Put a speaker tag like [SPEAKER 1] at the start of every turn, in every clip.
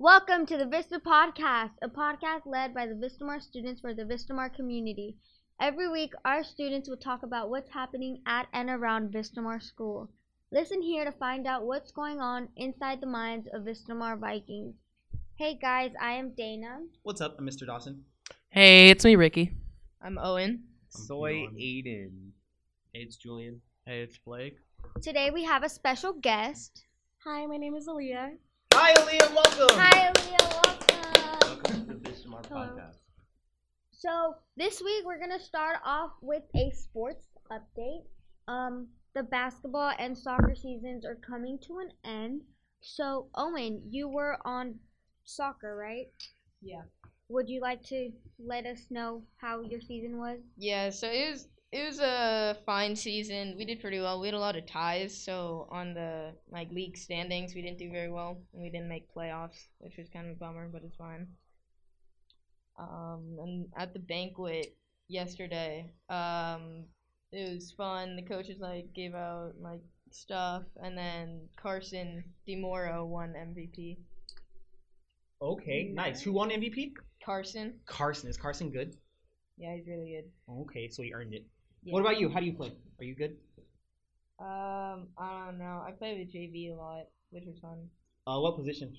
[SPEAKER 1] Welcome to the Vista Podcast, a podcast led by the Vistamar students for the Vistamar community. Every week, our students will talk about what's happening at and around Vistamar School. Listen here to find out what's going on inside the minds of Vistamar Vikings. Hey guys, I am Dana.
[SPEAKER 2] What's up, I'm Mr. Dawson?
[SPEAKER 3] Hey, it's me, Ricky.
[SPEAKER 4] I'm Owen.
[SPEAKER 5] Soy Aiden.
[SPEAKER 2] Hey, it's Julian.
[SPEAKER 6] Hey, it's Blake.
[SPEAKER 1] Today we have a special guest.
[SPEAKER 7] Hi, my name is Aaliyah.
[SPEAKER 2] Hi, Aaliyah, welcome.
[SPEAKER 1] Hi, Aaliyah, welcome.
[SPEAKER 5] Welcome to the Bishamar podcast.
[SPEAKER 1] So this week we're gonna start off with a sports update. Um, the basketball and soccer seasons are coming to an end. So Owen, you were on soccer, right?
[SPEAKER 4] Yeah.
[SPEAKER 1] Would you like to let us know how your season was?
[SPEAKER 4] Yeah, so it was it was a fine season. We did pretty well. We had a lot of ties, so on the like league standings, we didn't do very well, and we didn't make playoffs, which was kind of a bummer, but it's fine. Um, and at the banquet yesterday, um, it was fun. The coaches like gave out like stuff, and then Carson DeMoro won MVP.
[SPEAKER 2] Okay, nice. Who won MVP?
[SPEAKER 4] Carson,
[SPEAKER 2] Carson. Is Carson good?
[SPEAKER 4] yeah, he's really good.
[SPEAKER 2] Okay, so he earned it.
[SPEAKER 4] Yeah.
[SPEAKER 2] What about you? How do you play? Are you good?
[SPEAKER 4] Um, I don't know. I play with JV a lot, which was fun.
[SPEAKER 2] Uh, what position?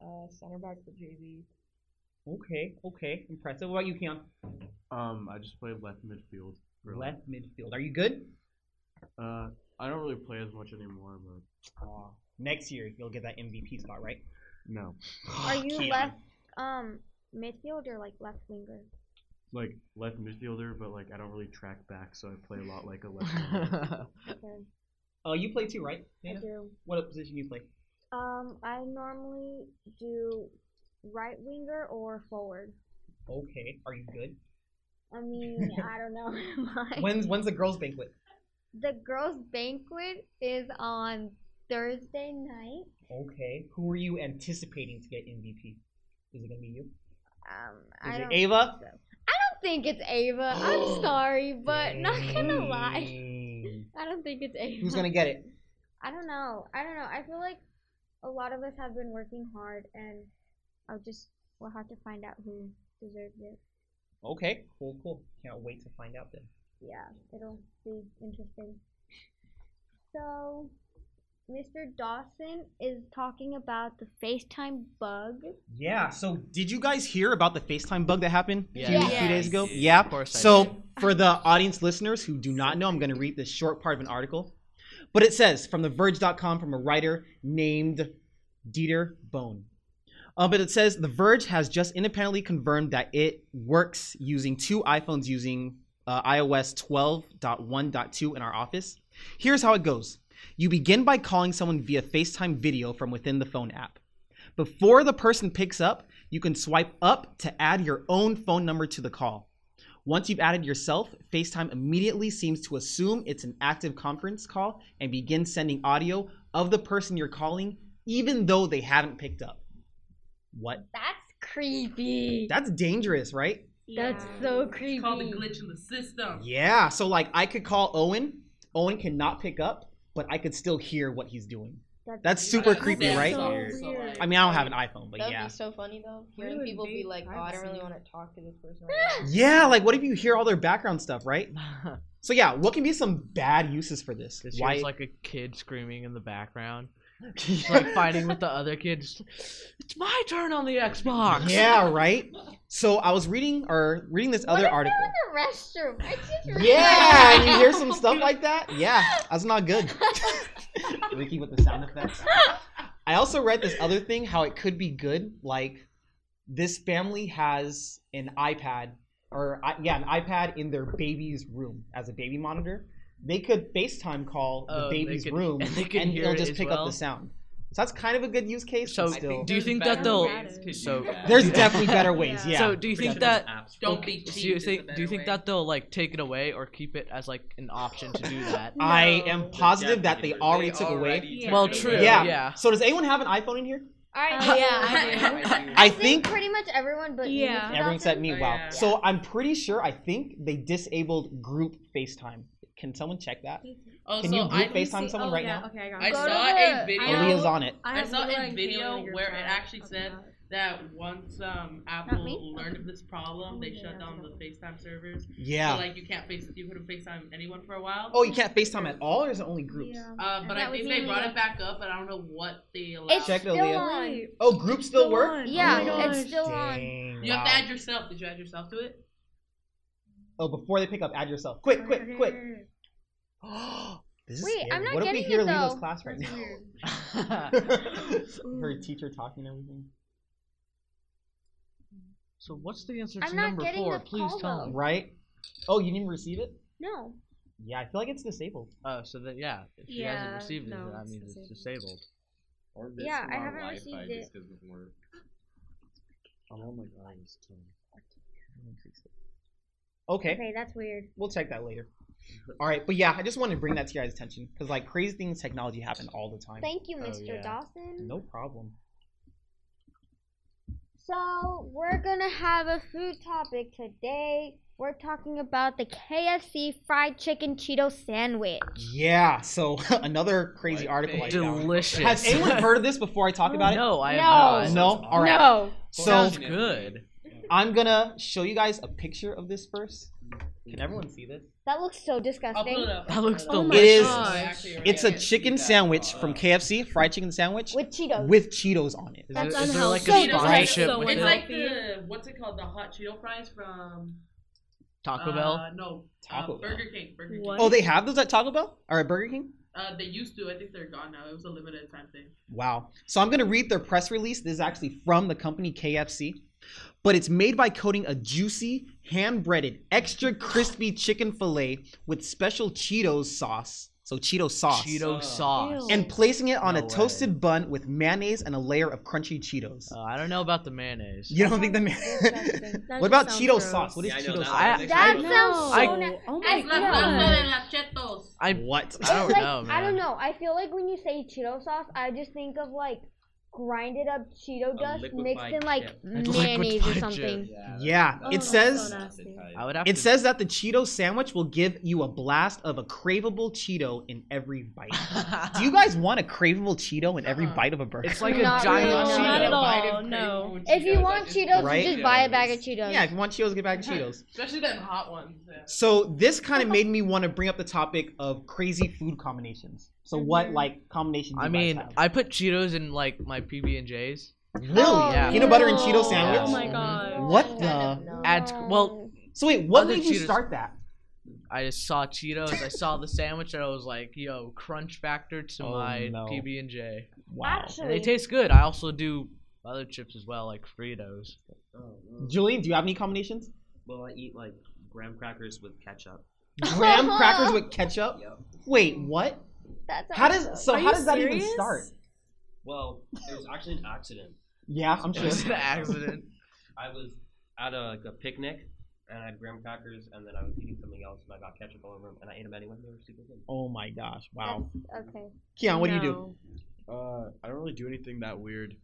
[SPEAKER 4] Uh, center back for JV.
[SPEAKER 2] Okay, okay, impressive. What about you, Keon?
[SPEAKER 5] Um, I just play left midfield. really.
[SPEAKER 2] Left midfield. Are you good?
[SPEAKER 5] Uh, I don't really play as much anymore, but
[SPEAKER 2] Uh, next year you'll get that MVP spot, right? Ah,
[SPEAKER 5] no,
[SPEAKER 1] Are you
[SPEAKER 2] Keon.
[SPEAKER 1] left um midfield or like left winger?
[SPEAKER 5] like left midfielder, but like I don't really track back, so I play a lot like a left. winger.
[SPEAKER 1] Okay,
[SPEAKER 2] Uh, you play too, right?
[SPEAKER 1] I
[SPEAKER 2] Dana?
[SPEAKER 1] do.
[SPEAKER 2] What position you play?
[SPEAKER 1] Um, I normally do right winger or forward.
[SPEAKER 2] Okay. Are you good?
[SPEAKER 1] I mean, I don't know.
[SPEAKER 2] When's when's the girls' banquet?
[SPEAKER 1] the girls' banquet is on Thursday night.
[SPEAKER 2] Okay. Who are you anticipating to get MVP? Is it gonna be you?
[SPEAKER 1] Um,
[SPEAKER 2] Is
[SPEAKER 1] I
[SPEAKER 2] it
[SPEAKER 1] don't
[SPEAKER 2] Ava?
[SPEAKER 1] think it's Ava. I'm sorry, but not gonna lie.
[SPEAKER 2] lie.
[SPEAKER 1] I don't think it's Ava.
[SPEAKER 2] Who's gonna get it?
[SPEAKER 1] I don't know. I don't know. I feel like a lot of us have been working hard, and I'll just we'll have to find out who deserves it.
[SPEAKER 2] Okay. Cool, cool. Can't wait to find out then.
[SPEAKER 1] Yeah, it'll be interesting. So, Mr. Dawson is talking about the FaceTime bug.
[SPEAKER 2] Yeah. So, did you guys hear about the FaceTime bug that happened a few,
[SPEAKER 1] Yes.
[SPEAKER 2] few days ago?
[SPEAKER 6] Yes.
[SPEAKER 2] Yeah.
[SPEAKER 6] Of course I
[SPEAKER 2] So, for the audience listeners who do not know, I'm going to read this short part of an article. But it says from TheVerge.com from a writer named Dieter Bone. Uh, but it says The Verge has just independently confirmed that it works using two iPhones using uh, iOS 12.1.2 in our office. Here's how it goes you begin by calling someone via FaceTime video from within the phone app. Before the person picks up, you can swipe up to add your own phone number to the call. Once you've added yourself, FaceTime immediately seems to assume it's an active conference call and begins sending audio of the person you're calling, even though they haven't picked up. What?
[SPEAKER 1] That's creepy.
[SPEAKER 2] That's dangerous, right?
[SPEAKER 1] That's so creepy.
[SPEAKER 8] glitch in the system.
[SPEAKER 2] Yeah. So, like, I could call Owen. Owen cannot pick up, but I could still hear what he's doing. That's super creepy,
[SPEAKER 1] that's
[SPEAKER 2] right?
[SPEAKER 1] so
[SPEAKER 8] Weird.
[SPEAKER 1] weird.
[SPEAKER 2] I mean, I don't have an iPhone, but
[SPEAKER 4] That would
[SPEAKER 2] yeah.
[SPEAKER 4] be so funny though.
[SPEAKER 7] Really
[SPEAKER 4] Hearing people be
[SPEAKER 7] invade
[SPEAKER 4] like, "Oh, I don't really
[SPEAKER 7] privacy.
[SPEAKER 4] want to talk to this person." Right
[SPEAKER 2] Yeah, like, what if you hear all their background stuff, right?
[SPEAKER 6] did.
[SPEAKER 2] So, yeah, what can be some bad uses for this?
[SPEAKER 6] This
[SPEAKER 2] Why?
[SPEAKER 6] was like a kid screaming in the background, Just, like fighting with the other kids. It's my turn on the Xbox.
[SPEAKER 2] yeah, right? So, I was reading or reading this
[SPEAKER 1] what
[SPEAKER 2] other
[SPEAKER 1] if
[SPEAKER 2] article.
[SPEAKER 1] They're in the restroom. I just
[SPEAKER 2] Yeah, and you hear some stuff like that. Yeah, that's not good. Ricky with the sound effects. I also read this other thing how it could be good. Like, this family has an iPad, or I- yeah, an iPad in their baby's room as a baby monitor. They could FaceTime call the
[SPEAKER 6] Oh, they
[SPEAKER 2] baby's
[SPEAKER 6] could-
[SPEAKER 2] room,
[SPEAKER 6] and they could
[SPEAKER 2] and
[SPEAKER 6] hear
[SPEAKER 2] it'll
[SPEAKER 6] it
[SPEAKER 2] just
[SPEAKER 6] as
[SPEAKER 2] pick up
[SPEAKER 6] well?
[SPEAKER 2] the sound. So that's kind of a good use case.
[SPEAKER 6] So,
[SPEAKER 2] but still,
[SPEAKER 6] do you think that
[SPEAKER 7] better
[SPEAKER 6] they'll?
[SPEAKER 7] ways to do
[SPEAKER 6] So
[SPEAKER 2] there's definitely better ways. Yeah.
[SPEAKER 6] So do you think that?
[SPEAKER 8] Don't be
[SPEAKER 6] Do
[SPEAKER 8] cheap.
[SPEAKER 6] you
[SPEAKER 8] is a
[SPEAKER 6] think? Do
[SPEAKER 8] better
[SPEAKER 6] you think
[SPEAKER 8] way.
[SPEAKER 6] that they'll like take it away or keep it as like an option to do that?
[SPEAKER 2] I am positive that they
[SPEAKER 9] They
[SPEAKER 2] already took away.
[SPEAKER 9] already
[SPEAKER 7] Yeah.
[SPEAKER 6] well,
[SPEAKER 9] took it
[SPEAKER 6] true.
[SPEAKER 9] away.
[SPEAKER 2] Yeah.
[SPEAKER 6] Yeah.
[SPEAKER 2] So does anyone have an iPhone in here?
[SPEAKER 1] All right. Yeah.
[SPEAKER 7] I do.
[SPEAKER 2] I
[SPEAKER 1] I think
[SPEAKER 2] think
[SPEAKER 1] pretty much everyone but you,
[SPEAKER 7] Yeah.
[SPEAKER 1] Mr.
[SPEAKER 2] Everyone except
[SPEAKER 1] Dawson.
[SPEAKER 2] me.
[SPEAKER 8] Oh,
[SPEAKER 2] Wow.
[SPEAKER 8] yeah.
[SPEAKER 2] So I'm pretty sure. I think they disabled group FaceTime. Can someone check that?
[SPEAKER 8] Oh,
[SPEAKER 2] Can
[SPEAKER 8] so
[SPEAKER 2] you
[SPEAKER 8] I,
[SPEAKER 2] group FaceTime someone
[SPEAKER 7] oh,
[SPEAKER 2] right
[SPEAKER 7] yeah,
[SPEAKER 2] now?
[SPEAKER 7] Okay, I got
[SPEAKER 8] I
[SPEAKER 7] it.
[SPEAKER 1] Go to
[SPEAKER 8] saw
[SPEAKER 1] the-
[SPEAKER 8] a video.
[SPEAKER 7] I
[SPEAKER 2] Aaliyah's
[SPEAKER 7] know.
[SPEAKER 2] on it.
[SPEAKER 8] I
[SPEAKER 7] have
[SPEAKER 8] saw
[SPEAKER 7] no
[SPEAKER 8] a
[SPEAKER 7] idea
[SPEAKER 8] video
[SPEAKER 7] what you're
[SPEAKER 8] where it
[SPEAKER 7] talking
[SPEAKER 8] actually
[SPEAKER 7] about.
[SPEAKER 8] said- that once um,
[SPEAKER 1] me? Oh,
[SPEAKER 8] Apple learned of this problem, they shut down the FaceTime servers.
[SPEAKER 2] Yeah.
[SPEAKER 8] So like you can't face you couldn't FaceTime anyone for a while.
[SPEAKER 2] oh, you can't FaceTime at all, or is it only groups?
[SPEAKER 8] Uh, but
[SPEAKER 1] That
[SPEAKER 8] I
[SPEAKER 1] was
[SPEAKER 8] think they
[SPEAKER 1] even
[SPEAKER 8] brought
[SPEAKER 1] like-
[SPEAKER 8] it back up, but I don't know what they allowed.
[SPEAKER 1] It's
[SPEAKER 2] Check it,
[SPEAKER 1] still
[SPEAKER 2] Aaliyah.
[SPEAKER 1] on.
[SPEAKER 2] Oh, groups still work.
[SPEAKER 1] Yeah,
[SPEAKER 2] Oh my
[SPEAKER 1] it's
[SPEAKER 2] gosh.
[SPEAKER 1] still on.
[SPEAKER 2] Dang,
[SPEAKER 8] you have to
[SPEAKER 2] wow.
[SPEAKER 8] add yourself. Did you add yourself to it?
[SPEAKER 2] Oh, before they pick up, add yourself. Quick, quick, quick. this is
[SPEAKER 1] Wait,
[SPEAKER 2] scary.
[SPEAKER 1] I'm not
[SPEAKER 2] what
[SPEAKER 1] getting
[SPEAKER 2] if we hear
[SPEAKER 1] it,
[SPEAKER 2] Lilo's
[SPEAKER 1] though.
[SPEAKER 2] class right
[SPEAKER 1] That's
[SPEAKER 2] now?
[SPEAKER 1] weird.
[SPEAKER 2] Her teacher talking and everything.
[SPEAKER 6] So what's the answer
[SPEAKER 1] I'm
[SPEAKER 6] to
[SPEAKER 1] not
[SPEAKER 6] number
[SPEAKER 1] getting
[SPEAKER 6] four?
[SPEAKER 1] the
[SPEAKER 6] Please
[SPEAKER 1] call,
[SPEAKER 6] tell
[SPEAKER 1] though.
[SPEAKER 6] me.
[SPEAKER 2] Right? Oh, you didn't even receive it?
[SPEAKER 1] No.
[SPEAKER 2] Yeah, I feel like it's disabled.
[SPEAKER 6] Oh, so that yeah, if she hasn't
[SPEAKER 7] Yeah,
[SPEAKER 6] received
[SPEAKER 7] no,
[SPEAKER 6] it, that
[SPEAKER 7] it's
[SPEAKER 6] means it's
[SPEAKER 7] disabled.
[SPEAKER 6] disabled.
[SPEAKER 5] Or
[SPEAKER 1] this Yeah, I long haven't Wi-Fi received just
[SPEAKER 5] doesn't work. I'm on like August too.
[SPEAKER 2] Okay.
[SPEAKER 1] Okay, that's weird.
[SPEAKER 2] we'll check that later. All right, but yeah, I just wanted to bring that to your guys' attention because like crazy things, technology happen all the time.
[SPEAKER 1] Thank you,
[SPEAKER 6] Oh,
[SPEAKER 1] Mr.
[SPEAKER 6] yeah.
[SPEAKER 1] Dawson.
[SPEAKER 2] No problem.
[SPEAKER 1] So, we're gonna have a food topic today. We're talking about the KFC fried chicken Cheeto sandwich.
[SPEAKER 2] Yeah. So another crazy article I found.
[SPEAKER 6] Delicious.
[SPEAKER 2] Has anyone heard of this before I talk about it? Oh,
[SPEAKER 6] No, I
[SPEAKER 1] No.
[SPEAKER 6] have
[SPEAKER 2] No.
[SPEAKER 6] not.
[SPEAKER 2] All right.
[SPEAKER 1] No.
[SPEAKER 2] So
[SPEAKER 6] Sounds good.
[SPEAKER 2] I'm gonna show you guys a picture of this first. Can everyone see this?
[SPEAKER 1] That looks so
[SPEAKER 8] I'll pull
[SPEAKER 1] disgusting.
[SPEAKER 8] it up.
[SPEAKER 6] That looks
[SPEAKER 1] Oh my
[SPEAKER 2] It is-
[SPEAKER 6] delicious.
[SPEAKER 2] It's a chicken sandwich from KFC, fried chicken sandwich
[SPEAKER 1] With Cheetos.
[SPEAKER 2] with Cheetos on it.
[SPEAKER 6] Is
[SPEAKER 7] That's
[SPEAKER 6] there- is there like a
[SPEAKER 7] unhealthy.
[SPEAKER 8] So
[SPEAKER 6] sponsorship
[SPEAKER 7] unhealthy.
[SPEAKER 6] with
[SPEAKER 8] It's
[SPEAKER 6] it?
[SPEAKER 8] like
[SPEAKER 7] Healthy.
[SPEAKER 8] the what's it called? The hot Cheeto fries from
[SPEAKER 6] Taco
[SPEAKER 8] uh,
[SPEAKER 6] Bell?
[SPEAKER 8] No,
[SPEAKER 2] Taco
[SPEAKER 8] uh,
[SPEAKER 2] Bell.
[SPEAKER 8] Burger King. Burger King.
[SPEAKER 7] What?
[SPEAKER 2] Oh, they have those at Taco Bell or at Burger King?
[SPEAKER 8] Uh, they used to. I think they're gone now. It was a limited time thing.
[SPEAKER 2] Wow. So I'm going to read their press release. This is actually from the company KFC. But it's made by coating a juicy, hand breaded, extra crispy chicken filet with special Cheetos sauce. So Cheeto sauce.
[SPEAKER 6] Cheeto sauce.
[SPEAKER 7] Ew.
[SPEAKER 2] And placing it on
[SPEAKER 6] No
[SPEAKER 2] a
[SPEAKER 6] way.
[SPEAKER 2] toasted bun with mayonnaise and a layer of crunchy Cheetos.
[SPEAKER 6] Uh, I don't know about the mayonnaise.
[SPEAKER 2] you don't think the man.
[SPEAKER 1] disgusting.
[SPEAKER 7] That
[SPEAKER 2] what
[SPEAKER 7] just
[SPEAKER 2] about
[SPEAKER 7] sounds
[SPEAKER 2] Cheeto
[SPEAKER 7] gross.
[SPEAKER 2] sauce? What is
[SPEAKER 5] Yeah, I know
[SPEAKER 2] Cheeto
[SPEAKER 5] that.
[SPEAKER 2] sauce?
[SPEAKER 6] I,
[SPEAKER 1] That
[SPEAKER 6] I,
[SPEAKER 7] know.
[SPEAKER 1] sounds so.
[SPEAKER 6] I-
[SPEAKER 1] na-
[SPEAKER 7] oh
[SPEAKER 8] It's
[SPEAKER 7] my
[SPEAKER 8] la
[SPEAKER 7] god.
[SPEAKER 8] salsa de las chetos.
[SPEAKER 6] I,
[SPEAKER 2] what?
[SPEAKER 6] I don't
[SPEAKER 1] It's like,
[SPEAKER 6] know, man.
[SPEAKER 1] I don't know. I feel like when you say Cheeto sauce, I just think of like grinded up Cheeto dust mixed in
[SPEAKER 5] liquefied
[SPEAKER 1] like
[SPEAKER 5] chip.
[SPEAKER 1] mayonnaise or
[SPEAKER 6] liquefied
[SPEAKER 1] something.
[SPEAKER 2] yeah.
[SPEAKER 7] Oh,
[SPEAKER 2] it
[SPEAKER 7] that's
[SPEAKER 2] says
[SPEAKER 7] so nasty.
[SPEAKER 6] I would have
[SPEAKER 2] It
[SPEAKER 6] to
[SPEAKER 2] says that the Cheeto sandwich will give you a blast of a craveable Cheeto in every bite. Do you guys want a craveable Cheeto in every
[SPEAKER 7] Uh-huh.
[SPEAKER 8] Uh-uh.
[SPEAKER 2] bite of a burger?
[SPEAKER 6] It's like a
[SPEAKER 1] Not
[SPEAKER 6] giant
[SPEAKER 1] really,
[SPEAKER 6] Cheeto.
[SPEAKER 7] Not at
[SPEAKER 8] Bite
[SPEAKER 7] all.
[SPEAKER 8] of
[SPEAKER 7] No.
[SPEAKER 8] crazy
[SPEAKER 1] If you
[SPEAKER 8] Cheetos,
[SPEAKER 1] want
[SPEAKER 8] I
[SPEAKER 1] Cheetos,
[SPEAKER 2] Right?
[SPEAKER 1] just buy a bag of Cheetos.
[SPEAKER 2] yeah, if you want Cheetos, get back
[SPEAKER 7] Uh-huh.
[SPEAKER 2] Cheetos.
[SPEAKER 8] Especially them hot ones. Yeah.
[SPEAKER 2] So this kind of made me want to bring up the topic of crazy food combinations. So
[SPEAKER 7] Mm-hmm.
[SPEAKER 2] what like combinations? do
[SPEAKER 6] I
[SPEAKER 2] you guys
[SPEAKER 6] mean,
[SPEAKER 2] have?
[SPEAKER 6] I put Cheetos in like my PB and J's.
[SPEAKER 2] really
[SPEAKER 1] Oh,
[SPEAKER 6] yeah.
[SPEAKER 2] peanut butter and
[SPEAKER 1] no.
[SPEAKER 2] Cheeto sandwich.
[SPEAKER 7] Oh my
[SPEAKER 6] Mhm.
[SPEAKER 7] god.
[SPEAKER 2] What the?
[SPEAKER 6] Adds- well-
[SPEAKER 2] So wait, what
[SPEAKER 6] Other
[SPEAKER 2] made you
[SPEAKER 6] Cheetos.
[SPEAKER 2] start that?
[SPEAKER 6] I just saw Cheetos. I saw the sandwich, and I was like, "Yo, crunch factor to
[SPEAKER 2] Oh,
[SPEAKER 6] my
[SPEAKER 2] no.
[SPEAKER 6] PB and J."
[SPEAKER 2] Wow,
[SPEAKER 6] And They taste good. I also do other chips as well, like Fritos.
[SPEAKER 2] Julian, do you have any combinations?
[SPEAKER 9] Well, I eat like graham crackers with ketchup.
[SPEAKER 2] Graham crackers with ketchup.
[SPEAKER 9] Yep.
[SPEAKER 2] Wait, what?
[SPEAKER 1] That's
[SPEAKER 2] How does so?
[SPEAKER 7] Are
[SPEAKER 2] how
[SPEAKER 7] you
[SPEAKER 2] does that even
[SPEAKER 7] serious?
[SPEAKER 2] start?
[SPEAKER 9] Well, it was actually an accident.
[SPEAKER 2] Yeah, I'm
[SPEAKER 6] It
[SPEAKER 2] sure.
[SPEAKER 6] was an accident.
[SPEAKER 9] I was at a, like a picnic and I had graham crackers and then I was eating something else and I got ketchup all over them and I ate them anyway. They were super good.
[SPEAKER 2] Oh my gosh! Wow.
[SPEAKER 1] okay.
[SPEAKER 2] Keon, what do you do?
[SPEAKER 7] No.
[SPEAKER 5] Uh, I don't really do anything that weird.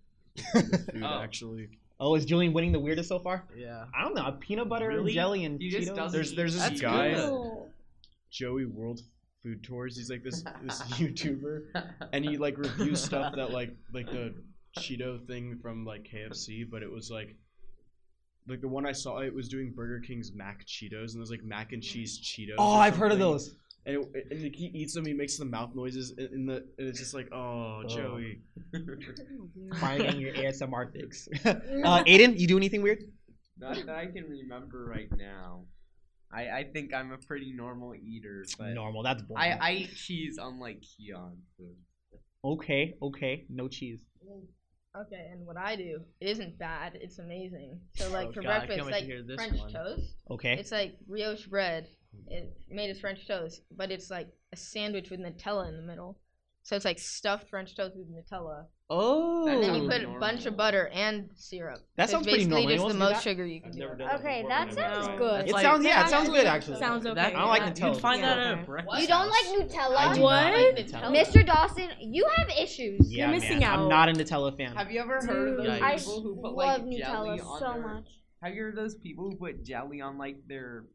[SPEAKER 5] with food,
[SPEAKER 9] Oh.
[SPEAKER 5] actually.
[SPEAKER 2] Oh, is Julian winning the weirdest so far?
[SPEAKER 6] yeah.
[SPEAKER 2] I don't know. Peanut butter and
[SPEAKER 5] Really?
[SPEAKER 2] jelly and
[SPEAKER 9] You just
[SPEAKER 2] Cheetos.
[SPEAKER 9] doesn't-
[SPEAKER 5] There's there's this
[SPEAKER 6] That's
[SPEAKER 5] guy,
[SPEAKER 6] good.
[SPEAKER 5] Joey World Food Tours. He's like this this YouTuber, and he like reviews stuff that like like the Cheeto thing from like KFC, but it was like. Like the one I saw, it was doing Burger King's mac Cheetos, and there's like mac and cheese Cheetos.
[SPEAKER 2] Oh,
[SPEAKER 5] or
[SPEAKER 2] I've heard of
[SPEAKER 5] something.
[SPEAKER 2] those.
[SPEAKER 5] And, it, and like, he eats them, he makes the mouth noises, and, and, the, and it's just like, oh,
[SPEAKER 2] Oh.
[SPEAKER 5] Joey.
[SPEAKER 2] Finding your ASMR fix. uh, Aiden, you do anything weird?
[SPEAKER 10] Not that I can remember right now. I, I think I'm a pretty normal eater, but
[SPEAKER 2] Normal. That's
[SPEAKER 10] I,
[SPEAKER 2] boring.
[SPEAKER 10] I eat cheese unlike Keon. So.
[SPEAKER 2] okay, okay. No cheese.
[SPEAKER 4] Okay, and what I do, it isn't bad. It's amazing. So like
[SPEAKER 6] Oh,
[SPEAKER 4] for
[SPEAKER 6] God, I can't
[SPEAKER 4] breakfast,
[SPEAKER 6] wait to
[SPEAKER 4] like
[SPEAKER 6] hear this
[SPEAKER 4] French
[SPEAKER 6] one.
[SPEAKER 4] toast.
[SPEAKER 2] Okay.
[SPEAKER 4] It's like brioche bread.
[SPEAKER 2] Hmm.
[SPEAKER 4] It made as French toast, but it's like a sandwich with Nutella in the middle. So it's like stuffed French toast with Nutella,
[SPEAKER 2] oh,
[SPEAKER 4] and then
[SPEAKER 10] Ooh.
[SPEAKER 4] you put a
[SPEAKER 10] Normal.
[SPEAKER 4] bunch of butter and syrup.
[SPEAKER 2] That
[SPEAKER 4] so
[SPEAKER 2] sounds
[SPEAKER 4] it's
[SPEAKER 2] pretty
[SPEAKER 4] basically just the
[SPEAKER 2] normal. Anyone else do
[SPEAKER 4] most
[SPEAKER 2] that?
[SPEAKER 4] sugar you can
[SPEAKER 9] I've
[SPEAKER 4] do.
[SPEAKER 9] never done that
[SPEAKER 1] Okay,
[SPEAKER 9] before,
[SPEAKER 1] that
[SPEAKER 9] but
[SPEAKER 1] sounds
[SPEAKER 9] now-
[SPEAKER 1] good.
[SPEAKER 2] it sounds yeah, it sounds good actually.
[SPEAKER 7] Sounds okay.
[SPEAKER 2] I don't like
[SPEAKER 7] That-
[SPEAKER 2] Nutella.
[SPEAKER 6] You'd find
[SPEAKER 7] Yeah.
[SPEAKER 6] that at
[SPEAKER 7] Okay.
[SPEAKER 6] a breakfast.
[SPEAKER 1] You don't like
[SPEAKER 2] I
[SPEAKER 1] Nutella?
[SPEAKER 2] do not like
[SPEAKER 7] What?
[SPEAKER 2] Nutella.
[SPEAKER 1] Mr. Dawson, you have issues.
[SPEAKER 2] Yeah,
[SPEAKER 7] You're missing
[SPEAKER 2] man, I'm
[SPEAKER 7] out.
[SPEAKER 2] not a Nutella fan.
[SPEAKER 10] Have you ever heard of those
[SPEAKER 6] Dude, I
[SPEAKER 10] people who put
[SPEAKER 1] love
[SPEAKER 10] like jelly
[SPEAKER 1] Nutella
[SPEAKER 10] on
[SPEAKER 1] so
[SPEAKER 10] their?
[SPEAKER 1] much.
[SPEAKER 10] Have you heard of those people who put jelly on like their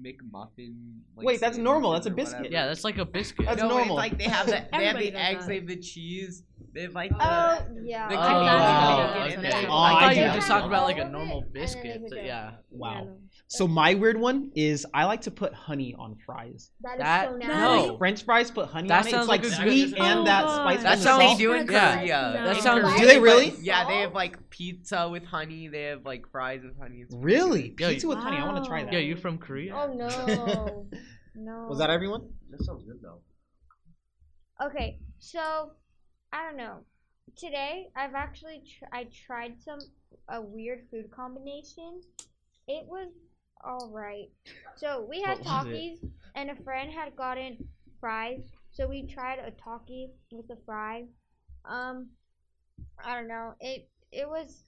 [SPEAKER 10] McMuffin. Like,
[SPEAKER 2] Wait, that's
[SPEAKER 10] sandwiches
[SPEAKER 2] normal. That's a
[SPEAKER 10] or
[SPEAKER 2] biscuit.
[SPEAKER 10] whatever.
[SPEAKER 6] Yeah, that's like a biscuit.
[SPEAKER 2] That's
[SPEAKER 10] no,
[SPEAKER 2] normal.
[SPEAKER 10] It's like they have the, they have
[SPEAKER 1] Everybody
[SPEAKER 10] the
[SPEAKER 1] does
[SPEAKER 10] eggs,
[SPEAKER 1] that.
[SPEAKER 10] they have the cheese, they have like the.
[SPEAKER 1] Oh yeah.
[SPEAKER 10] The
[SPEAKER 6] oh,
[SPEAKER 10] cookies
[SPEAKER 6] wow,
[SPEAKER 10] and
[SPEAKER 6] okay.
[SPEAKER 10] the cookies and
[SPEAKER 6] I
[SPEAKER 10] the-
[SPEAKER 6] thought
[SPEAKER 2] I
[SPEAKER 6] you were
[SPEAKER 2] do.
[SPEAKER 6] just talking about like
[SPEAKER 1] All
[SPEAKER 6] a
[SPEAKER 1] of
[SPEAKER 6] normal
[SPEAKER 1] it, and then they
[SPEAKER 6] biscuit.
[SPEAKER 1] would
[SPEAKER 6] but
[SPEAKER 1] go.
[SPEAKER 6] yeah.
[SPEAKER 1] Yeah,
[SPEAKER 2] Wow.
[SPEAKER 1] no.
[SPEAKER 2] So my weird one is I like to put honey on fries.
[SPEAKER 1] That is
[SPEAKER 6] That-
[SPEAKER 1] so nasty.
[SPEAKER 7] No.
[SPEAKER 2] Like French fries put honey
[SPEAKER 6] That
[SPEAKER 2] on it.
[SPEAKER 6] sounds
[SPEAKER 2] It's like
[SPEAKER 6] like a good-
[SPEAKER 2] sweet and
[SPEAKER 1] Oh
[SPEAKER 2] that
[SPEAKER 1] God.
[SPEAKER 2] spice.
[SPEAKER 1] That
[SPEAKER 2] and the
[SPEAKER 1] sounds
[SPEAKER 2] salt.
[SPEAKER 1] do in Korea.
[SPEAKER 6] Yeah.
[SPEAKER 10] Korea.
[SPEAKER 1] That
[SPEAKER 10] In
[SPEAKER 6] sounds-
[SPEAKER 10] Korea,
[SPEAKER 2] Do they
[SPEAKER 10] but-
[SPEAKER 2] really?
[SPEAKER 10] Yeah, they have
[SPEAKER 1] Salt?
[SPEAKER 10] like pizza with honey. They have like fries with honey. It's
[SPEAKER 2] Really?
[SPEAKER 6] Yo,
[SPEAKER 2] Pizza with honey. I want to try that.
[SPEAKER 6] Yeah, you from Korea?
[SPEAKER 1] Oh no. no.
[SPEAKER 2] Was that everyone?
[SPEAKER 9] That sounds good though.
[SPEAKER 1] Okay, so I don't know. Today I've actually tr- I tried some a weird food combination. It was all right. So we had
[SPEAKER 6] What was it?
[SPEAKER 1] Takis, and a friend had gotten fries. So we tried a Taki with a fry. Um, I don't know. It it was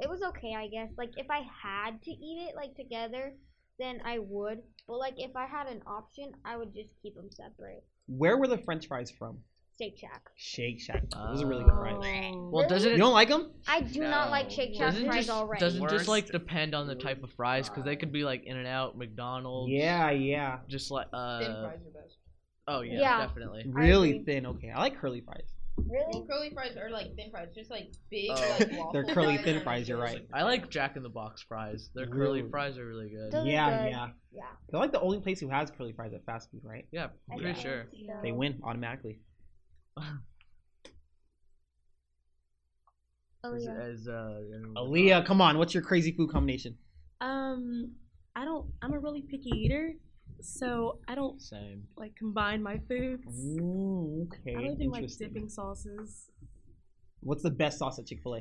[SPEAKER 1] it was okay, I guess. Like if I had to eat it like together, then I would. But like if I had an option, I would just keep them separate.
[SPEAKER 2] Where were the French fries from?
[SPEAKER 1] Shake Shack.
[SPEAKER 2] Shake Shack. Those are really good fries.
[SPEAKER 7] Oh.
[SPEAKER 6] Well, doesn't
[SPEAKER 2] You
[SPEAKER 6] it
[SPEAKER 2] don't like them?
[SPEAKER 1] I do not like
[SPEAKER 10] No.
[SPEAKER 1] Shake Shack
[SPEAKER 6] doesn't
[SPEAKER 1] fries
[SPEAKER 6] just
[SPEAKER 1] already.
[SPEAKER 6] doesn't just like
[SPEAKER 10] Worst
[SPEAKER 6] depend on the type of fries because they could be like In and Out, McDonald's.
[SPEAKER 2] Yeah, yeah.
[SPEAKER 6] Just like
[SPEAKER 4] Thin
[SPEAKER 6] uh.
[SPEAKER 4] fries are best.
[SPEAKER 6] Oh yeah,
[SPEAKER 1] Yeah.
[SPEAKER 6] definitely.
[SPEAKER 2] Really
[SPEAKER 1] agree.
[SPEAKER 2] thin. Okay, I like curly fries.
[SPEAKER 4] Well,
[SPEAKER 1] really?
[SPEAKER 4] curly fries are like thin fries, just like big.
[SPEAKER 10] Oh.
[SPEAKER 4] like, waffle
[SPEAKER 2] They're curly
[SPEAKER 4] fries
[SPEAKER 2] thin
[SPEAKER 4] and
[SPEAKER 2] fries. You're
[SPEAKER 4] those,
[SPEAKER 2] right.
[SPEAKER 6] I like Jack in the Box fries. Their
[SPEAKER 2] Really?
[SPEAKER 6] curly fries are really good.
[SPEAKER 1] Those are
[SPEAKER 2] Yeah,
[SPEAKER 1] good.
[SPEAKER 2] yeah.
[SPEAKER 1] Yeah.
[SPEAKER 2] They're like the only place who has curly fries at fast food, right?
[SPEAKER 6] Yeah,
[SPEAKER 1] I
[SPEAKER 6] pretty
[SPEAKER 1] think
[SPEAKER 6] sure.
[SPEAKER 1] so.
[SPEAKER 2] They win automatically.
[SPEAKER 6] As,
[SPEAKER 1] Aaliyah.
[SPEAKER 6] as, uh,
[SPEAKER 2] Aaliyah, come on. What's your crazy food combination?
[SPEAKER 7] Um, I don't. I'm a really picky eater, so I don't
[SPEAKER 6] Same.
[SPEAKER 7] like combine my foods.
[SPEAKER 2] Ooh, okay.
[SPEAKER 7] I don't even like
[SPEAKER 2] Interesting.
[SPEAKER 7] dipping sauces.
[SPEAKER 2] What's the best sauce at Chick Fil A?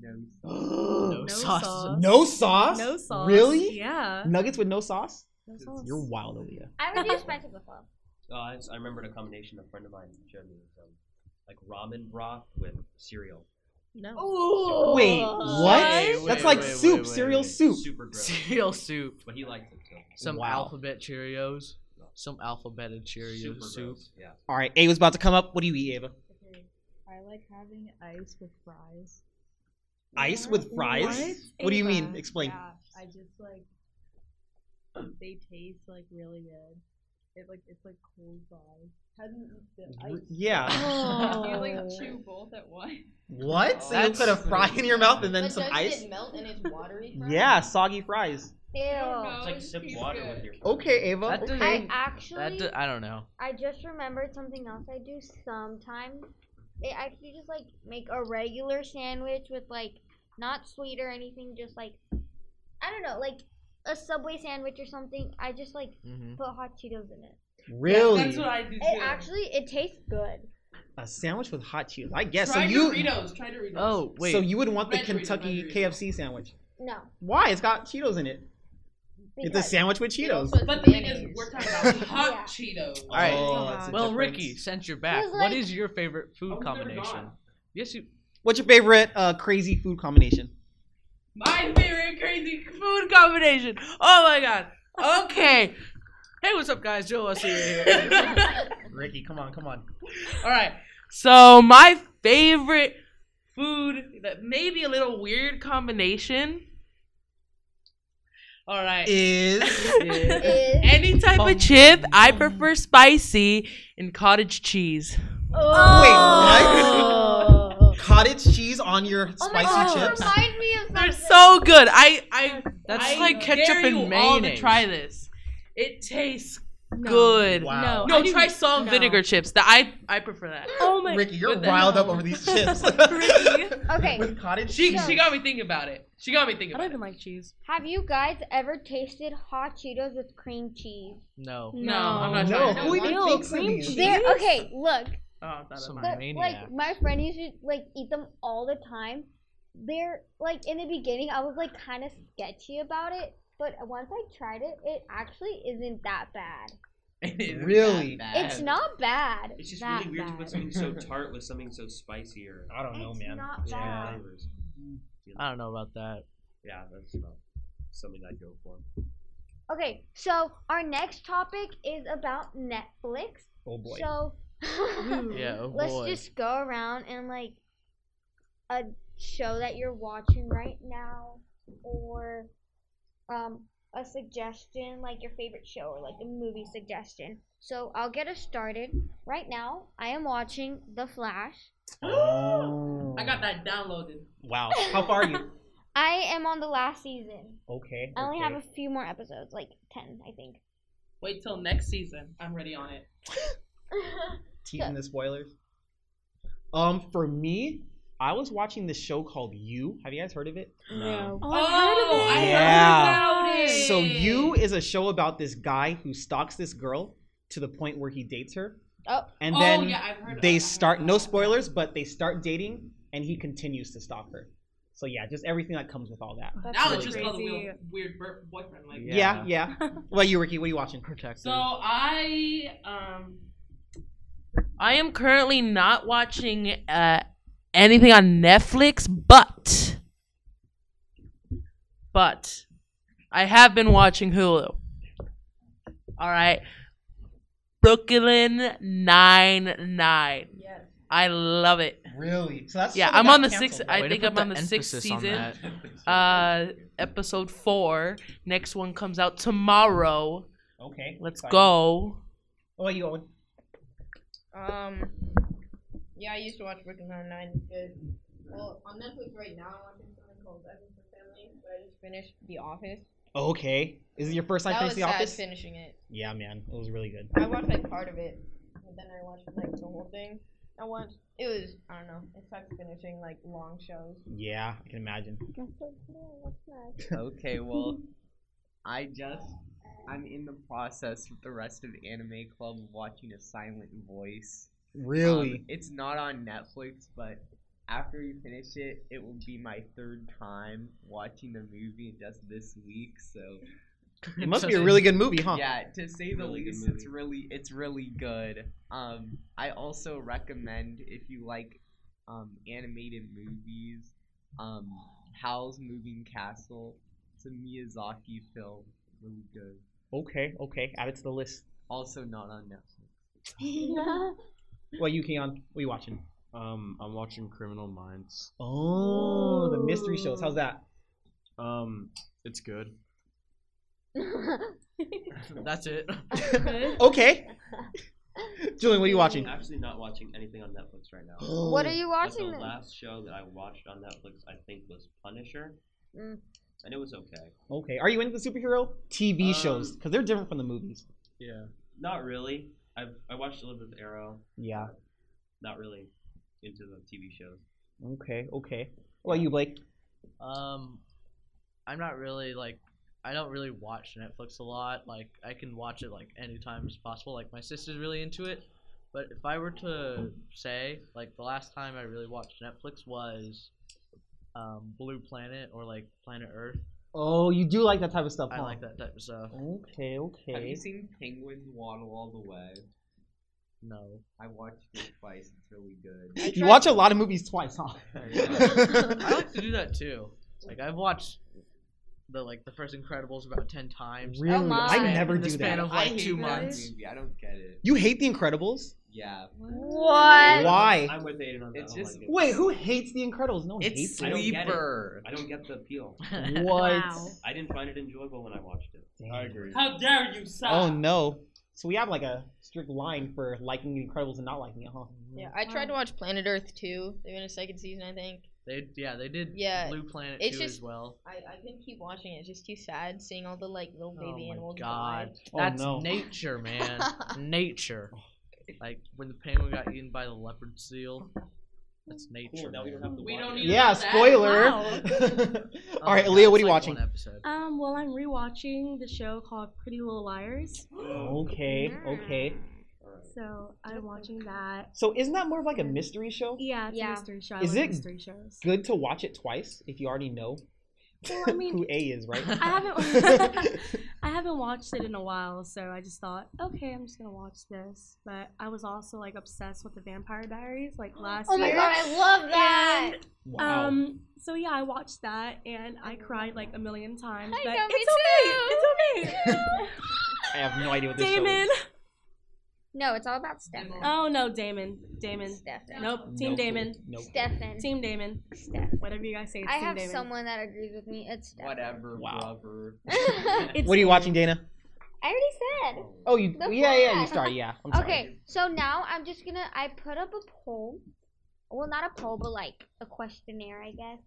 [SPEAKER 6] No,
[SPEAKER 7] No
[SPEAKER 6] sauce.
[SPEAKER 7] sauce.
[SPEAKER 2] No sauce?
[SPEAKER 7] No sauce.
[SPEAKER 2] Really?
[SPEAKER 7] Yeah.
[SPEAKER 2] Nuggets with no sauce?
[SPEAKER 7] No sauce.
[SPEAKER 2] You're wild, Aaliyah.
[SPEAKER 1] I would do spicy buffalo.
[SPEAKER 9] Uh, I, s- I remembered a combination a friend of mine showed me. It was, um, like ramen broth with cereal.
[SPEAKER 2] Oh.
[SPEAKER 7] No.
[SPEAKER 1] Ooh.
[SPEAKER 2] Wait, what?
[SPEAKER 6] Wait,
[SPEAKER 2] That's
[SPEAKER 6] wait,
[SPEAKER 2] like
[SPEAKER 6] wait, wait,
[SPEAKER 2] soup,
[SPEAKER 6] wait,
[SPEAKER 2] cereal
[SPEAKER 6] wait.
[SPEAKER 2] soup.
[SPEAKER 9] Super gross.
[SPEAKER 6] Cereal soup.
[SPEAKER 9] but he liked it so.
[SPEAKER 6] Some
[SPEAKER 2] Wow.
[SPEAKER 6] alphabet Cheerios. Some alphabeted Cheerios
[SPEAKER 9] Super
[SPEAKER 6] soup.
[SPEAKER 9] gross. Yeah.
[SPEAKER 2] All right, Ava's about to come up. What do you eat, Ava?
[SPEAKER 7] I like having ice with fries.
[SPEAKER 2] Ice with fries? What, do you mean? Explain.
[SPEAKER 7] I just like they taste like really good. It like it's like cold fries.
[SPEAKER 8] How do you eat them?
[SPEAKER 2] R-
[SPEAKER 8] Ice.
[SPEAKER 2] Yeah.
[SPEAKER 8] Oh, You
[SPEAKER 7] Oh.
[SPEAKER 8] like chew both at once.
[SPEAKER 2] What? So you
[SPEAKER 6] That's-
[SPEAKER 2] put a fry in your mouth and then
[SPEAKER 4] But
[SPEAKER 2] some
[SPEAKER 4] doesn't
[SPEAKER 2] ice?
[SPEAKER 4] it melt and it's watery? fries?
[SPEAKER 2] Yeah, soggy fries.
[SPEAKER 1] Ew.
[SPEAKER 8] know.
[SPEAKER 9] It's
[SPEAKER 8] Oh,
[SPEAKER 9] like
[SPEAKER 8] it
[SPEAKER 9] sip
[SPEAKER 8] tastes
[SPEAKER 9] water
[SPEAKER 8] good.
[SPEAKER 9] with your.
[SPEAKER 2] Okay, Ava.
[SPEAKER 6] That
[SPEAKER 2] okay.
[SPEAKER 1] I
[SPEAKER 6] doesn't-
[SPEAKER 1] actually,
[SPEAKER 6] That d- I don't know.
[SPEAKER 1] I just remembered something else I do sometimes. It actually just like make a regular sandwich with like not sweet or anything, just like I don't know, like a Subway sandwich or something. I just like
[SPEAKER 6] hmm
[SPEAKER 1] put hot Cheetos in it.
[SPEAKER 2] Really?
[SPEAKER 8] That's what I do too.
[SPEAKER 1] It actually it tastes good.
[SPEAKER 2] a sandwich with hot cheese. I guess.
[SPEAKER 8] Try
[SPEAKER 2] so you
[SPEAKER 8] Doritos. Try Doritos.
[SPEAKER 6] Oh wait.
[SPEAKER 2] So you would want the
[SPEAKER 8] Red Doritos,
[SPEAKER 2] Kentucky
[SPEAKER 8] red Doritos.
[SPEAKER 2] KFC sandwich.
[SPEAKER 1] No.
[SPEAKER 2] Why? It's got Cheetos in it. It's a
[SPEAKER 1] because-
[SPEAKER 2] sandwich with
[SPEAKER 4] It
[SPEAKER 2] Cheetos.
[SPEAKER 4] also has
[SPEAKER 8] But the thing is,
[SPEAKER 4] mayonnaise.
[SPEAKER 8] we're talking about hot
[SPEAKER 1] Yeah.
[SPEAKER 8] Cheetos.
[SPEAKER 6] All right.
[SPEAKER 2] Oh, that's a
[SPEAKER 6] well,
[SPEAKER 2] difference.
[SPEAKER 6] Ricky, since you're back,
[SPEAKER 1] Because,
[SPEAKER 6] what
[SPEAKER 1] like-
[SPEAKER 6] is your favorite food
[SPEAKER 8] Oh, we've never
[SPEAKER 6] combination?
[SPEAKER 8] gone.
[SPEAKER 6] Yes, you.
[SPEAKER 2] What's your favorite uh, crazy food combination?
[SPEAKER 8] My favorite crazy
[SPEAKER 6] Food combination. Oh my god. Okay. hey, what's up, guys? Joe, I see you here.
[SPEAKER 2] Ricky, come on, come on.
[SPEAKER 6] All right. So my favorite food that may be a little weird combination. All right.
[SPEAKER 2] Is
[SPEAKER 1] Is-
[SPEAKER 6] Any type of chip, I prefer spicy and cottage cheese.
[SPEAKER 2] Oh. cottage cheese on your
[SPEAKER 1] Oh my god, you
[SPEAKER 2] spicy chips?
[SPEAKER 1] remind me of
[SPEAKER 11] They're
[SPEAKER 1] something.
[SPEAKER 11] so good. I I
[SPEAKER 6] That's
[SPEAKER 11] I
[SPEAKER 6] like ketchup
[SPEAKER 11] dare
[SPEAKER 6] and
[SPEAKER 11] you all to
[SPEAKER 6] mayonnaise.
[SPEAKER 11] try this. It tastes good.
[SPEAKER 2] Wow.
[SPEAKER 11] No,
[SPEAKER 7] I do-
[SPEAKER 11] try salt and
[SPEAKER 7] no.
[SPEAKER 11] vinegar chips. That I I prefer that.
[SPEAKER 7] Oh my.
[SPEAKER 2] Ricky, you're
[SPEAKER 11] With the-
[SPEAKER 2] riled up over these chips.
[SPEAKER 1] Okay.
[SPEAKER 2] With cottage
[SPEAKER 11] She
[SPEAKER 2] cheese.
[SPEAKER 11] she got me thinking about it. She got me thinking
[SPEAKER 7] I
[SPEAKER 11] about
[SPEAKER 7] don't
[SPEAKER 11] it.
[SPEAKER 7] even like cheese.
[SPEAKER 1] Have you guys ever tasted hot Cheetos with cream cheese?
[SPEAKER 6] No.
[SPEAKER 11] No, I'm not
[SPEAKER 2] No,
[SPEAKER 11] trying.
[SPEAKER 2] who even
[SPEAKER 7] Ew,
[SPEAKER 2] thinks of
[SPEAKER 7] cream
[SPEAKER 2] these?
[SPEAKER 7] cheese?
[SPEAKER 1] They're, okay, look.
[SPEAKER 11] Oh, I thought
[SPEAKER 6] Some
[SPEAKER 11] about
[SPEAKER 1] the-
[SPEAKER 11] it.
[SPEAKER 6] maniac.
[SPEAKER 1] like my friend used to like eat them all the time. They're like in the beginning, I was like kind of sketchy about it, but once I tried it, it actually isn't that bad.
[SPEAKER 11] It isn't
[SPEAKER 2] Really?
[SPEAKER 11] that bad.
[SPEAKER 1] It's not bad.
[SPEAKER 9] It's just
[SPEAKER 1] that
[SPEAKER 9] really weird to
[SPEAKER 1] bad.
[SPEAKER 9] put something so tart with something so spicy or.
[SPEAKER 2] I don't know,
[SPEAKER 1] It's
[SPEAKER 2] man.
[SPEAKER 1] not
[SPEAKER 9] Yeah.
[SPEAKER 1] bad.
[SPEAKER 9] flavors.
[SPEAKER 6] I don't know about that.
[SPEAKER 9] Yeah, that's about something I'd go for.
[SPEAKER 1] Okay, so our next topic is about Netflix.
[SPEAKER 2] Oh boy.
[SPEAKER 1] So
[SPEAKER 6] Yeah. Oh
[SPEAKER 1] let's
[SPEAKER 6] boy.
[SPEAKER 1] just go around and like a show that you're watching right now or um a suggestion, like your favorite show or like a movie suggestion. So I'll get us started. Right now, I am watching The Flash.
[SPEAKER 11] I got that downloaded.
[SPEAKER 2] Wow. How far are you?
[SPEAKER 1] I am on the last season.
[SPEAKER 2] Okay.
[SPEAKER 1] I only
[SPEAKER 2] okay.
[SPEAKER 1] have a few more episodes, like 10, I think.
[SPEAKER 11] Wait till next season. I'm ready on it.
[SPEAKER 2] teasing the spoilers. Um, for me, I was watching this show called You. Have you guys heard of it?
[SPEAKER 1] No.
[SPEAKER 8] Oh, I heard about it.
[SPEAKER 2] So You is a show about this guy who stalks this girl to the point where he dates her.
[SPEAKER 1] Oh.
[SPEAKER 2] And
[SPEAKER 8] Oh,
[SPEAKER 2] then
[SPEAKER 8] yeah, I've heard-
[SPEAKER 2] they
[SPEAKER 8] I've heard
[SPEAKER 2] start no spoilers, but they start dating and he continues to stalk her. So yeah, just everything that comes with all that.
[SPEAKER 11] now
[SPEAKER 8] really
[SPEAKER 11] it's just another
[SPEAKER 8] crazy.
[SPEAKER 11] weird, weird bur- boyfriend. Like
[SPEAKER 2] Yeah, yeah. What about you, Ricky? What are you watching? Protective.
[SPEAKER 8] So
[SPEAKER 11] Mm.
[SPEAKER 8] I um
[SPEAKER 3] I am currently not watching uh, anything on Netflix, but but I have been watching Hulu. All right, Brooklyn Nine Nine.
[SPEAKER 8] yes.
[SPEAKER 3] I love it.
[SPEAKER 2] Really? So that's
[SPEAKER 3] yeah,
[SPEAKER 2] something
[SPEAKER 3] I'm
[SPEAKER 2] that
[SPEAKER 3] on the
[SPEAKER 2] canceled,
[SPEAKER 3] sixth.
[SPEAKER 2] though.
[SPEAKER 3] I
[SPEAKER 6] Way to
[SPEAKER 3] think
[SPEAKER 6] put
[SPEAKER 3] I'm on
[SPEAKER 6] the
[SPEAKER 3] the sixth
[SPEAKER 6] emphasis on
[SPEAKER 3] season. uh, episode four. Next one comes out tomorrow.
[SPEAKER 2] Okay.
[SPEAKER 3] Let's
[SPEAKER 2] fine.
[SPEAKER 3] go.
[SPEAKER 2] Oh, you going?
[SPEAKER 4] Um, yeah, I used to watch Brooklyn Nine Nine. Good. Well, on Netflix right now, I'm watching something called Everything Family, but I just finished The Office.
[SPEAKER 2] Okay. Is it your first time
[SPEAKER 4] that was
[SPEAKER 2] facing the
[SPEAKER 4] sad
[SPEAKER 2] office?
[SPEAKER 4] finishing it.
[SPEAKER 2] Yeah, man. It was really good.
[SPEAKER 4] I watched like part of it, but then I watched like the whole thing. I watched. It was I don't know. It sucks finishing like long shows.
[SPEAKER 2] Yeah, I can imagine.
[SPEAKER 3] Um,
[SPEAKER 10] okay, well, I just I'm in the process with the rest of Anime Club of watching A Silent Voice.
[SPEAKER 2] Really?
[SPEAKER 10] Um, it's not on Netflix, but after we finish it, it will be my third time watching the movie just this week. So
[SPEAKER 2] it must be a really good movie, huh?
[SPEAKER 10] yeah, to say the
[SPEAKER 9] Really good
[SPEAKER 10] least, it's really it's really good. Um, I also recommend if you like um, animated movies, um, Howl's Moving Castle. It's a Miyazaki film. Really good.
[SPEAKER 2] Okay, okay. Add it to the list.
[SPEAKER 10] Also not on Netflix.
[SPEAKER 2] What you, Keon? What you watching?
[SPEAKER 5] Um, I'm watching Criminal Minds.
[SPEAKER 2] Oh, the mystery shows. How's that?
[SPEAKER 5] Um, it's good.
[SPEAKER 6] That's it.
[SPEAKER 2] Okay. Julian, what are you watching? Oh,
[SPEAKER 9] I'm actually not watching anything on Netflix right now.
[SPEAKER 1] what are you
[SPEAKER 9] But
[SPEAKER 1] watching
[SPEAKER 9] The
[SPEAKER 1] then?
[SPEAKER 9] last show that I watched on Netflix, I think, was Punisher,
[SPEAKER 1] Mm.
[SPEAKER 9] and it was okay.
[SPEAKER 2] Okay. Are you into the superhero TV
[SPEAKER 9] Um,
[SPEAKER 2] shows? Because they're different from the movies.
[SPEAKER 9] Yeah. Not really. I I watched Elizabeth Arrow.
[SPEAKER 2] Yeah.
[SPEAKER 9] Not really into the TV shows.
[SPEAKER 2] Okay, okay. What about you, Blake?
[SPEAKER 6] Um, I'm not really like I don't really watch Netflix a lot. Like I can watch it like anytime as possible. Like my sister's really into it, but if I were to say like the last time I really watched Netflix was um, Blue Planet or like Planet Earth.
[SPEAKER 2] Oh, you do like that type of stuff,
[SPEAKER 6] I
[SPEAKER 2] huh?
[SPEAKER 6] like that type of stuff.
[SPEAKER 2] Okay, okay.
[SPEAKER 10] Have you seen Penguins Waddle All the Way?
[SPEAKER 6] No.
[SPEAKER 10] I watched it twice. It's really good.
[SPEAKER 2] You watch a lot of movies twice, huh?
[SPEAKER 6] I like to do that too. Like I've watched the like the first Incredibles about ten times.
[SPEAKER 2] really? I
[SPEAKER 1] my.
[SPEAKER 2] never
[SPEAKER 6] In the
[SPEAKER 2] do
[SPEAKER 6] span
[SPEAKER 2] that.
[SPEAKER 6] of
[SPEAKER 10] I
[SPEAKER 6] like
[SPEAKER 10] hate
[SPEAKER 6] two
[SPEAKER 10] that
[SPEAKER 6] months.
[SPEAKER 10] Movie. I don't get it.
[SPEAKER 2] you hate The Incredibles?
[SPEAKER 10] Yeah.
[SPEAKER 1] What?
[SPEAKER 2] Why?
[SPEAKER 9] I'm with Aiden on that.
[SPEAKER 10] It's
[SPEAKER 9] I don't
[SPEAKER 10] just-
[SPEAKER 9] like it.
[SPEAKER 2] Wait, who hates The Incredibles? No one
[SPEAKER 10] It's
[SPEAKER 2] hates
[SPEAKER 9] I don't get it.
[SPEAKER 10] sleeper.
[SPEAKER 9] I don't get the appeal.
[SPEAKER 2] it. What?
[SPEAKER 1] Wow.
[SPEAKER 9] I didn't find it enjoyable when I watched it.
[SPEAKER 2] Damn.
[SPEAKER 5] I agree.
[SPEAKER 11] How dare you, sir?
[SPEAKER 2] Oh no. So we have like a strict line for liking The Incredibles and not liking it, huh? Oh,
[SPEAKER 4] Yeah, I tried to watch Planet Earth too. They're in a second season, I think.
[SPEAKER 6] They yeah they did
[SPEAKER 4] Yeah,
[SPEAKER 6] Blue Planet
[SPEAKER 4] it's
[SPEAKER 6] too
[SPEAKER 4] just-
[SPEAKER 6] as well.
[SPEAKER 4] I, I couldn't keep watching it. It's just too sad seeing all the like little
[SPEAKER 6] Oh
[SPEAKER 4] baby
[SPEAKER 6] my
[SPEAKER 4] animals
[SPEAKER 6] God.
[SPEAKER 4] die.
[SPEAKER 2] Oh,
[SPEAKER 6] That's
[SPEAKER 2] no.
[SPEAKER 6] nature, man. nature.
[SPEAKER 9] Oh.
[SPEAKER 6] Like when the penguin got eaten by the leopard seal. That's nature.
[SPEAKER 9] Cool. Now we don't have to.
[SPEAKER 8] We
[SPEAKER 9] watch
[SPEAKER 8] don't
[SPEAKER 9] it.
[SPEAKER 8] need to
[SPEAKER 2] Yeah,
[SPEAKER 8] know that.
[SPEAKER 2] spoiler.
[SPEAKER 6] Oh,
[SPEAKER 2] All right, Leah, what are you watching?
[SPEAKER 7] Um, well, I'm rewatching the show called Pretty Little Liars,
[SPEAKER 2] Okay, okay.
[SPEAKER 7] so I'm watching that.
[SPEAKER 2] So isn't that more of like a mystery show?
[SPEAKER 7] Yeah, it's
[SPEAKER 1] Yeah.
[SPEAKER 7] a mystery show. I
[SPEAKER 2] Is
[SPEAKER 7] love
[SPEAKER 2] it-
[SPEAKER 7] mystery shows?
[SPEAKER 2] Good to watch it twice if you already know
[SPEAKER 7] Well, I mean,
[SPEAKER 2] who A is, right?
[SPEAKER 7] I haven't I haven't watched it in a while, so I just thought, okay, I'm just gonna watch this. But I was also like obsessed with the Vampire Diaries, like last
[SPEAKER 1] Oh my
[SPEAKER 7] year.
[SPEAKER 1] god, I love that!
[SPEAKER 2] Wow.
[SPEAKER 7] Um, so yeah, I watched that and I cried like a million times.
[SPEAKER 1] I
[SPEAKER 7] but
[SPEAKER 1] know, me
[SPEAKER 7] it's okay. It's okay.
[SPEAKER 2] I have no idea what this
[SPEAKER 7] Damon,
[SPEAKER 2] show is.
[SPEAKER 1] No, it's all about Stefan.
[SPEAKER 7] Oh no, Damon. Damon.
[SPEAKER 1] Stefan.
[SPEAKER 7] Nope. Team
[SPEAKER 1] Nope.
[SPEAKER 7] Damon.
[SPEAKER 2] Nope.
[SPEAKER 1] Stefan.
[SPEAKER 7] Team Damon.
[SPEAKER 1] Stefan.
[SPEAKER 7] Whatever you guys say. It's
[SPEAKER 1] I
[SPEAKER 7] Team
[SPEAKER 1] have
[SPEAKER 7] Damon.
[SPEAKER 1] someone that agrees with me. It's Stefan.
[SPEAKER 10] Whatever,
[SPEAKER 2] Wow.
[SPEAKER 10] brother.
[SPEAKER 1] I
[SPEAKER 2] What are you watching, Dana?
[SPEAKER 1] already said.
[SPEAKER 2] Oh, you.
[SPEAKER 1] The
[SPEAKER 2] yeah, yeah. You
[SPEAKER 1] Flash.
[SPEAKER 2] start. Yeah. I'm Oh, sorry.
[SPEAKER 1] Okay, so now I'm just gonna I put up a poll. Well, not a poll, but like a questionnaire, I guess.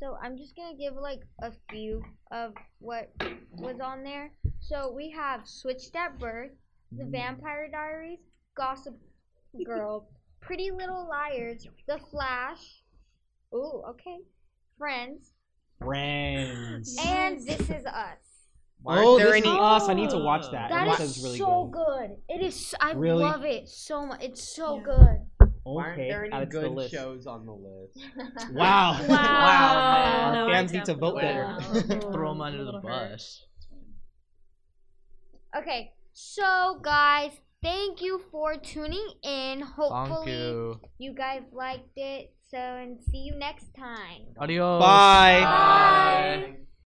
[SPEAKER 1] So I'm just gonna give like a few of what was on there. So we have Switched at Birth, The Vampire Diaries, Gossip Girl, Pretty Little Liars, The Flash. Ooh, okay. Friends
[SPEAKER 2] Friends.
[SPEAKER 1] and This Is Us.
[SPEAKER 2] Why aren't there
[SPEAKER 1] this
[SPEAKER 2] any
[SPEAKER 1] is-
[SPEAKER 2] us? I need to watch that.
[SPEAKER 1] That
[SPEAKER 2] That
[SPEAKER 1] is
[SPEAKER 2] sounds really
[SPEAKER 1] so good. It is. I
[SPEAKER 2] Really?
[SPEAKER 1] love it so much. It's so good.
[SPEAKER 2] good.
[SPEAKER 10] Why aren't
[SPEAKER 2] Okay,
[SPEAKER 10] there any
[SPEAKER 2] add it to the
[SPEAKER 10] good
[SPEAKER 2] list.
[SPEAKER 10] shows on the list?
[SPEAKER 2] Wow.
[SPEAKER 1] Wow.
[SPEAKER 2] wow.
[SPEAKER 7] No,
[SPEAKER 2] Our
[SPEAKER 7] I
[SPEAKER 2] fans need to vote better.
[SPEAKER 7] definitely will.
[SPEAKER 6] Throw him under the
[SPEAKER 7] Little hurt.
[SPEAKER 6] bus.
[SPEAKER 1] Okay, so guys, thank you for tuning in. Hopefully, you. guys liked it. So, and see you next time.
[SPEAKER 6] Adios.
[SPEAKER 2] Bye.
[SPEAKER 1] Bye.